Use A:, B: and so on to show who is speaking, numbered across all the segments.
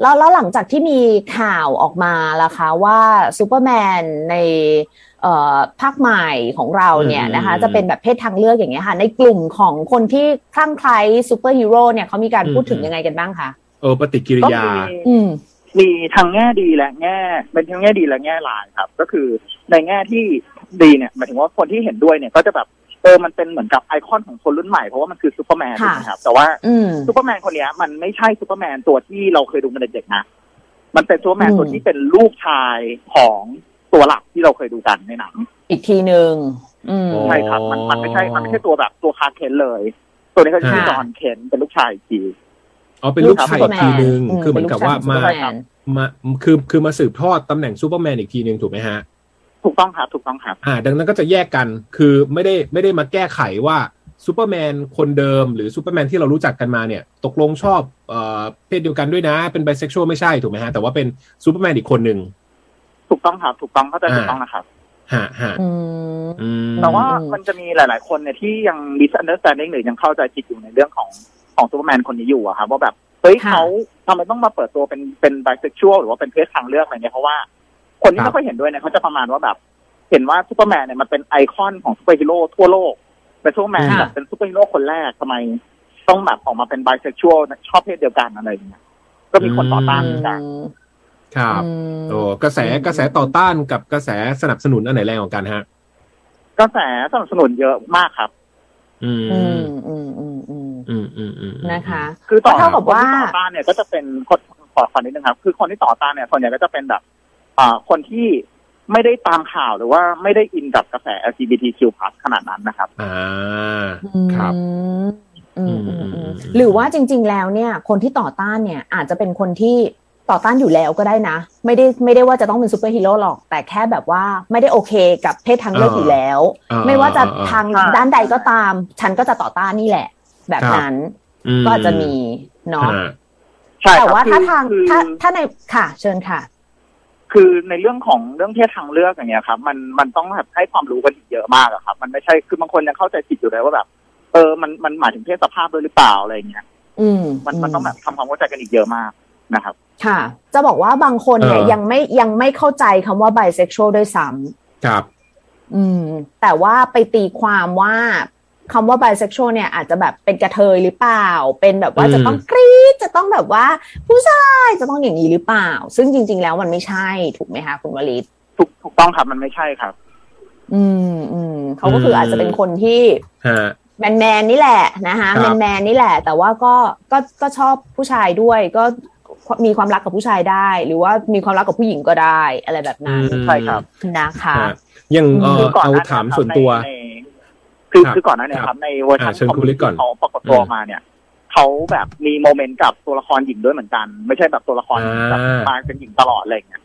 A: แล้วแล้วหลังจากที่มีข่าวออกมาล่ะคะว่าซูเปอร์แมนในเอ่อภาคใหม่ของเราเนี่ยนะคะ
B: อืม
A: จะเป็นแบบเพศทางเลือกอย่างเงี้ยค่ะในกลุ่มของคนที่คลั่งไคล้ซูเปอร์ฮีโร่เนี่ยเขามีการพูดถึง
B: อืม
A: ยังไงกันบ้างคะ
B: เออปฏิกิริ
C: ก็
B: ยา
C: มี
A: อืม
C: มีทั้งแง่ดีและแง่เป็นทั้งแง่ดีและแง่ร้ายครับ ก็คือในแง่ที่ดีเนี่ยหมายถึงว่าคนที่เห็นด้วยเนี่ยก็จะแบบเออมันเป็นเหมือนกับไอคอนของคนรุ่นใหม่เพราะว่ามันคือซูเปอร์แมน
A: ค่ะ
C: นะครับแต่ว่า
A: อืม
C: ซูเปอร์แมนคนเนี้ยมันไม่ใช่ซูเปอร์แมนตัวที่เราเคยดูกันเด็กๆนะมันเป็นซูเปอร์แมน
A: อืม
C: ตัวที่เป็นลูกชายของตัวหลักที่เราเคยดูกันในหนัง
A: อีกทีหนึ่งอืม
B: โอ้
C: ใช่ครับมันมันไม่ใช่ มันไม่ใช่ตัวแบบตัวคาร์เคนเลย ตัวนี้ก็จะชื่อ
A: ค่ะ
C: จอห์นเคนเป็นลูกชายอีกที
B: อ๋อเป็นลูกชายอีกทีนึง
A: อื
B: คือเหมือนกับว่า
A: ป็ลูช
B: มา
A: ของซูเปอร์แน
B: มาคือคือมาสืบทอดตำแหน่งซูเปอร์แมนอีกทีนึงถูกไหมฮะ
C: ถูกต้องครับ ถูกต้องครับ
B: อ่าดังนั้นก็จะแยกกันคือไม่ได้ไม่ได้มาแก้ไขว่าซูเปอร์แมนคนเดิมหรือซูเปอร์แมนที่เรารู้จักกันมาเนี่ย ตกลงชอบเอ่อเพศเดียวกันด้วยนะ เป็นไบเซ็กชวลไม่ใช่ถูกไหมฮะ แต่ว่าเป็นซูเปอร์แมนอีกคนหนึ่ง
C: ถูกต้องครับ ถูกต้องเข้าใจ
B: อ่า
C: ถูกต้องนะครับ
B: ฮะฮะ
A: อืม
B: อืม
C: แต่ว่า
A: อืม
C: มันจะมีหลาย ๆ คนเนี่ยที่ยัง misunderstanding หรือยังเข้าใจผิดอยู่ในเรื่องของของซูเปอร์แมนคนนี้อยู่อะครับว่าแบบเฮ้ย
A: ค่ะ
C: เขาทำไมต้องมาเปิดตัวเป็นเป็นไบเซ็กชวลหรือว่าเป็นเพศทางเลือกอะไรเนี่ยเพราะว่าคนที่
B: ครับ
C: ไม่ค่อยเห็นด้วยเนี่ยเขาจะประมาณว่าแบบ เห็นว่าซูเปอร์แมนเนี่ยมันเป็นไอคอนของซูเปอร์ฮีโร่ทั่วโลกเป็นซูเปอร์แมน
A: ค่ะ
C: แบบเป็นซูเปอร์ฮีโร่คนแรกทำไม ต้องแบบออกมาเป็นไบเซ็กชวลชอบเพศเดียวกันอะไรอย่างเงี้ยก็มีคนต่อต้านเหมือนกัน
B: ครับ
A: อืม
B: โอ้กระแส
A: อืม
B: กระแสต่อต้านกับกระแสสนับสนุนอันไหนแรงกว่ากันฮะ
C: กระแสสนับสนุนเยอะมากครับ
B: อืม
A: อืมอืมอืมอืม
B: อืมอืมอืม
A: นะคะ
C: คือต่อ
A: ก็เท่ากับว่า
C: คนที่ต่อต้านเนี่ยก็จะเป็นคนขอขอนิดนึงครับ คือคนที่ต่อต้านเนี่ยส่วนใหญ่ก็จะเป็นแบบอ่าคนที่ไม่ได้ตามข่าวหรือว่าไม่ได้อินกับกระแส LGBTQ+ ขนาดนั้นนะครับ
B: อ่า ครับ
A: อืมอืม
B: อืมอื
A: อืม
B: ม
A: หรือว่าจริง ๆ แล้วเนี่ย คนที่ต่อต้านเนี่ย อาจจะเป็นคนที่ต่อต้านอยู่แล้วก็ได้นะ ไม่ได้ไม่ได้ว่าจะต้องเป็นซูเปอร์ฮีโร่หรอก แต่แค่แบบว่าไม่ได้โอเคกับเพศทางเลือกอยู่แล้ว
B: อ่
A: ไม่ว่าจะทาง
C: อ่า
A: ด้านใดก็ตาม ฉันก็จะต่อต้านนี่แหละ แบบนั้น ก็อาจจะมีเนาะ
B: ฮะ
C: ใช่ค
A: แต่
C: รับ
A: ว่าถ้าทาง
C: คือ
A: ถ้าถ้าในค่ะเชิญค่ะ
C: คือในเรื่องของเรื่องเพศทางเลือกอย่างเงี้ยครับ มันมันต้องแบบให้ความรู้กันอีกเยอะมากอะครับ มันไม่ใช่คือบางคนยังเข้าใจผิดอยู่เลยว่าแบบเออมันมันหมายถึงเพศสภาพด้วยหรือเปล่าอะไรอย่างเงี้ย
A: อืม
C: มันมันต้องแบบทำความเข้าใจกันอีกเยอะมากนะครับ
A: ค่ะ จะบอกว่าบางคนเนี่ย
B: เออ
A: ยังไม่ยังไม่เข้าใจคำว่า bisexual ด้วยซ้
B: ครับ
A: ำอืม แต่ว่าไปตีความว่าคำว่า bisexual เนี่ยอาจจะแบบเป็นกระเทยหรือเปล่า เป็นแบบว่าจะต้องกรีดจะต้องแบบว่า ผู้ชายจะต้องอย่างนี้หรือเปล่า ซึ่งจริง ๆ แล้วมันไม่ใช่ถูกไหมคะคุณวลิต
C: ถูกถูกต้องครับมันไม่ใช่ครับ
A: อืมอืมเขาก็คืออาจจะเป็นคนที่
B: ฮะ
A: แมนแมนๆนี่แหละนะคะ
B: ค
A: แม
B: รับ
A: นแมนๆนี่แหละ แต่ว่าก็ก็ก็ชอบผู้ชายด้วย ก็มีความรักกับผู้ชายได้ หรือว่ามีความรักกับผู้หญิงก็ได้อะไรแบบนั้น
C: ใช่ครับ
A: นะคะ
B: ฮะอย่างเอ
C: คือ อก่อน
B: เอา
C: หน้นี้
B: ถาม
C: ครับ
B: ส่วนตัว
C: ใคือ
B: ครับ
C: คือก่อนหน้าเนี้ครับในเวอร์ชัน
B: อ่าเชิญคุณฤทธิ์ก่อน
C: เขาปรากฏตัวออกมาเนี่ยเขาแบบมีโมเมนต์กับตัวละครหญิงด้วยเหมือนกัน ไม่ใช่แบบตัวละครแบบมาเป็นหญิงตลอดอะไรอย่างเงี้ย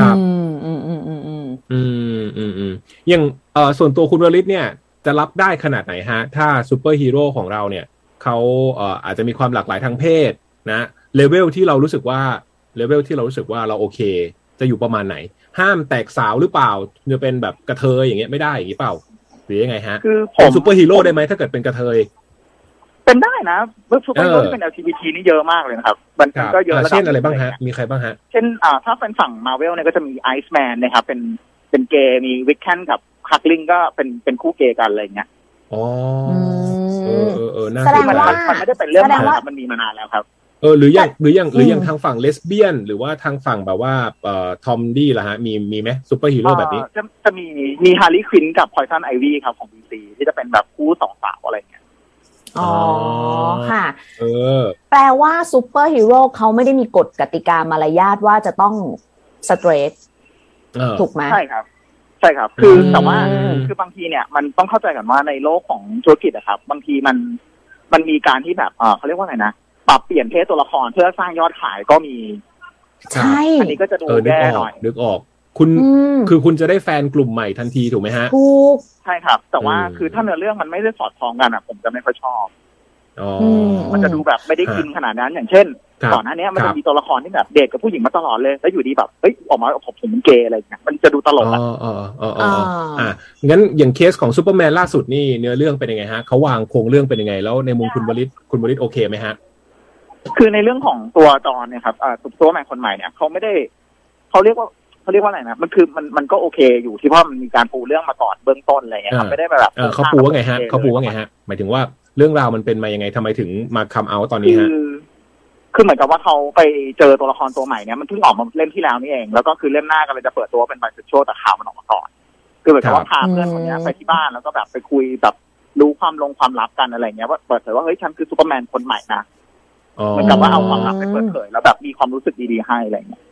B: ครับ
A: อืมอืมอืมอืมอืม
B: อืมอืมอืมอย่างเออส่วนตัวคุณวริศเนี่ย จะรับได้ขนาดไหนฮะ ถ้าซูเปอร์ฮีโร่ของเราเนี่ยเขาเอ่ออาจจะมีความหลากหลายทางเพศนะเลเวลที่เรารู้สึกว่าเลเวลที่เรารู้สึกว่าเราโอเค จะอยู่ประมาณไหน ห้ามแตกสาวหรือเปล่าจะเป็นแบบกระเทยอย่างเงี้ยไม่ได้อย่างงี้เปล่าหรือยังไงฮะ
C: คือผ
B: เป็น
C: ม
B: ซูเปอร์ฮีโร่ได้ไหมถ้าเกิดเป็นกระเทย
C: เป็นได้นะเว็บซูเปอร์ฮีโร่
B: เออ
C: ที่เป็น LGBT นี่เยอะมากเลยนะครับมัน
B: ครับ
C: ก็เยอะ
B: อ่า
C: ดั
B: เช่นอะไรบ้างฮะ
C: หนึ่
B: มีใครบ้างฮะ
C: เช่นอ่าถ้าเป็นฝั่งมาเวลเนี่ยก็จะมีไอซ์แมนนะครับเป็นเป็นเกย์มีวิกแคนกับคักลิงก็เป็นเป็นคู่เกย์กันอะไรอย่างเงี้ย
B: อ๋อ
A: อื
B: เอ
A: ม
B: อเออเออน่า
A: แสด
B: ส
A: ง
B: น
C: มัน
B: ใจ
A: ว่า
C: มันไม่ได้เป็นเรื่อง
A: แสด
C: ใหม่
A: ง
C: ค
A: ว่า
C: รับมันมีมานานแล้วครับ
B: เออหรืออย่างหรืออย่างหรืออย่าง
A: อืม
B: ทางฝั่งเลสเบี้ยน หรือว่าทางฝั่งแบบว่าเอ่อทอมดี้ล่ะฮะ มีมีไหมซูเปอร์ฮีโร่แบบนี้
C: เอ่อจะจะมีมีฮาร์ลีควินกับพอยซันไอวี่ครับของ DC ที่จะเป็นแบบคู่สองสาวอะไรเงี้ย
A: อ๋อค่ะ
B: เออ
A: แปลว่าซูเปอร์ฮีโร่เขาไม่ได้มีกฎกติกามารยาทว่าจะต้องสเตรท
B: เออ
A: ถูกไหม
C: ใช่ครับ ใช่ครับ คือ
B: อืม
C: แต่ว่าคือบางทีเนี่ยมันต้องเข้าใจกันว่าในโลกของธุรกิจนะครับ บางทีมันมันมีการที่แบบเอ่อเขาเรียกว่าไงนะปรับเปลี่ยนเพศตัวละครเพื่อสร้างยอดขายก็มี
B: ใช่
A: ใช่
C: อันนี้ก็จะดู
B: เออนึก
C: แย่
B: อ
C: ห
B: อก
C: น่อย
B: นึกออก คุณ
A: อืม
B: คือคุณจะได้แฟนกลุ่มใหม่ทันทีถูกไหมฮะ
A: ถูก
C: ใช่ครับ แต่ว่า
B: อืม
C: คือถ้าเนื้อเรื่องมันไม่ได้สอดคล้องกันอ่ะ ผมจะไม่ค่อยชอบ
B: อ๋อ
A: ม
C: มันจะดูแบบไม่ได้กินขนาดนั้นอย่างเช่น
B: ครับ
C: ก่อนหน้าเนี้ยมัน
B: ครั
C: จะ
B: บ
C: มีตัวละครที่แบบเด็กกับผู้หญิงมาตลอดเลยแล้วอยู่ดีแบบเฮ้ยออกมาผมผมเป็นเกย์อะไรเงี้ยมันจะดูตล
B: อ๋
C: ก
B: อ
C: อะ
B: อ๋ออ๋ออ๋ออ่ะงั้นอย่างเคสของซูเปอร์แมนล่าสุดนี่เนื้อเรื่องเป็นยังไงฮะเขาวางโครงเรื่องเป็นยังไง แล้วในมุมคุณบริษคุณบริษโอเคไหมฮะ
C: คือในเรื่องของตัวจอนเนี่ยครับอ่าตัวแม่คนใหม่เนี่ยเขาไม่ได้เขาเรียกว่าเขาเรียกว่าอะไรนะมันคือมันมันก็โอเคอยู่ที่เพราะมันมีการปูเรื่องมาก่อนเบื้องต้นอะไรเงี้ยครับ
B: อ่า
C: ไม่ได้แบบ
B: เออเขาปูว่าไงฮะเขาปูว่าไงฮะหมายถึงว่าเรื่องราวมันเป็นมายังไงทำไมถึงมาคัมเอาตอนนี้
C: คื
B: ฮะ
C: อคือเหมือนกับว่าเขาไปเจอตัวละครตัวใหม่เนี่ยมันเพิ่งออกมาเล่มที่แล้วนี่เอง แล้วก็คือเล่มหน้าก็เลยจะเปิดตัวเป็นไบเซ็กชวลแต่ข่าวมันออกมาก่อน คือเหมือนกับว่าพาเพื่อนคนเนี้ยไปที่บ้านแล้วก็แบบไปคุยแบบรู้ความลงความลับกันอะไรเงี้ยว่าเปิดเผยว่าเฮ้ยฉันคือซูเปอร์แมนคนใหม่นะ เหมือนกับว่าเอาความลับไปเปิดเผยแล้วแบบมีความรู้สึกดีๆให้อะไรเงี้ย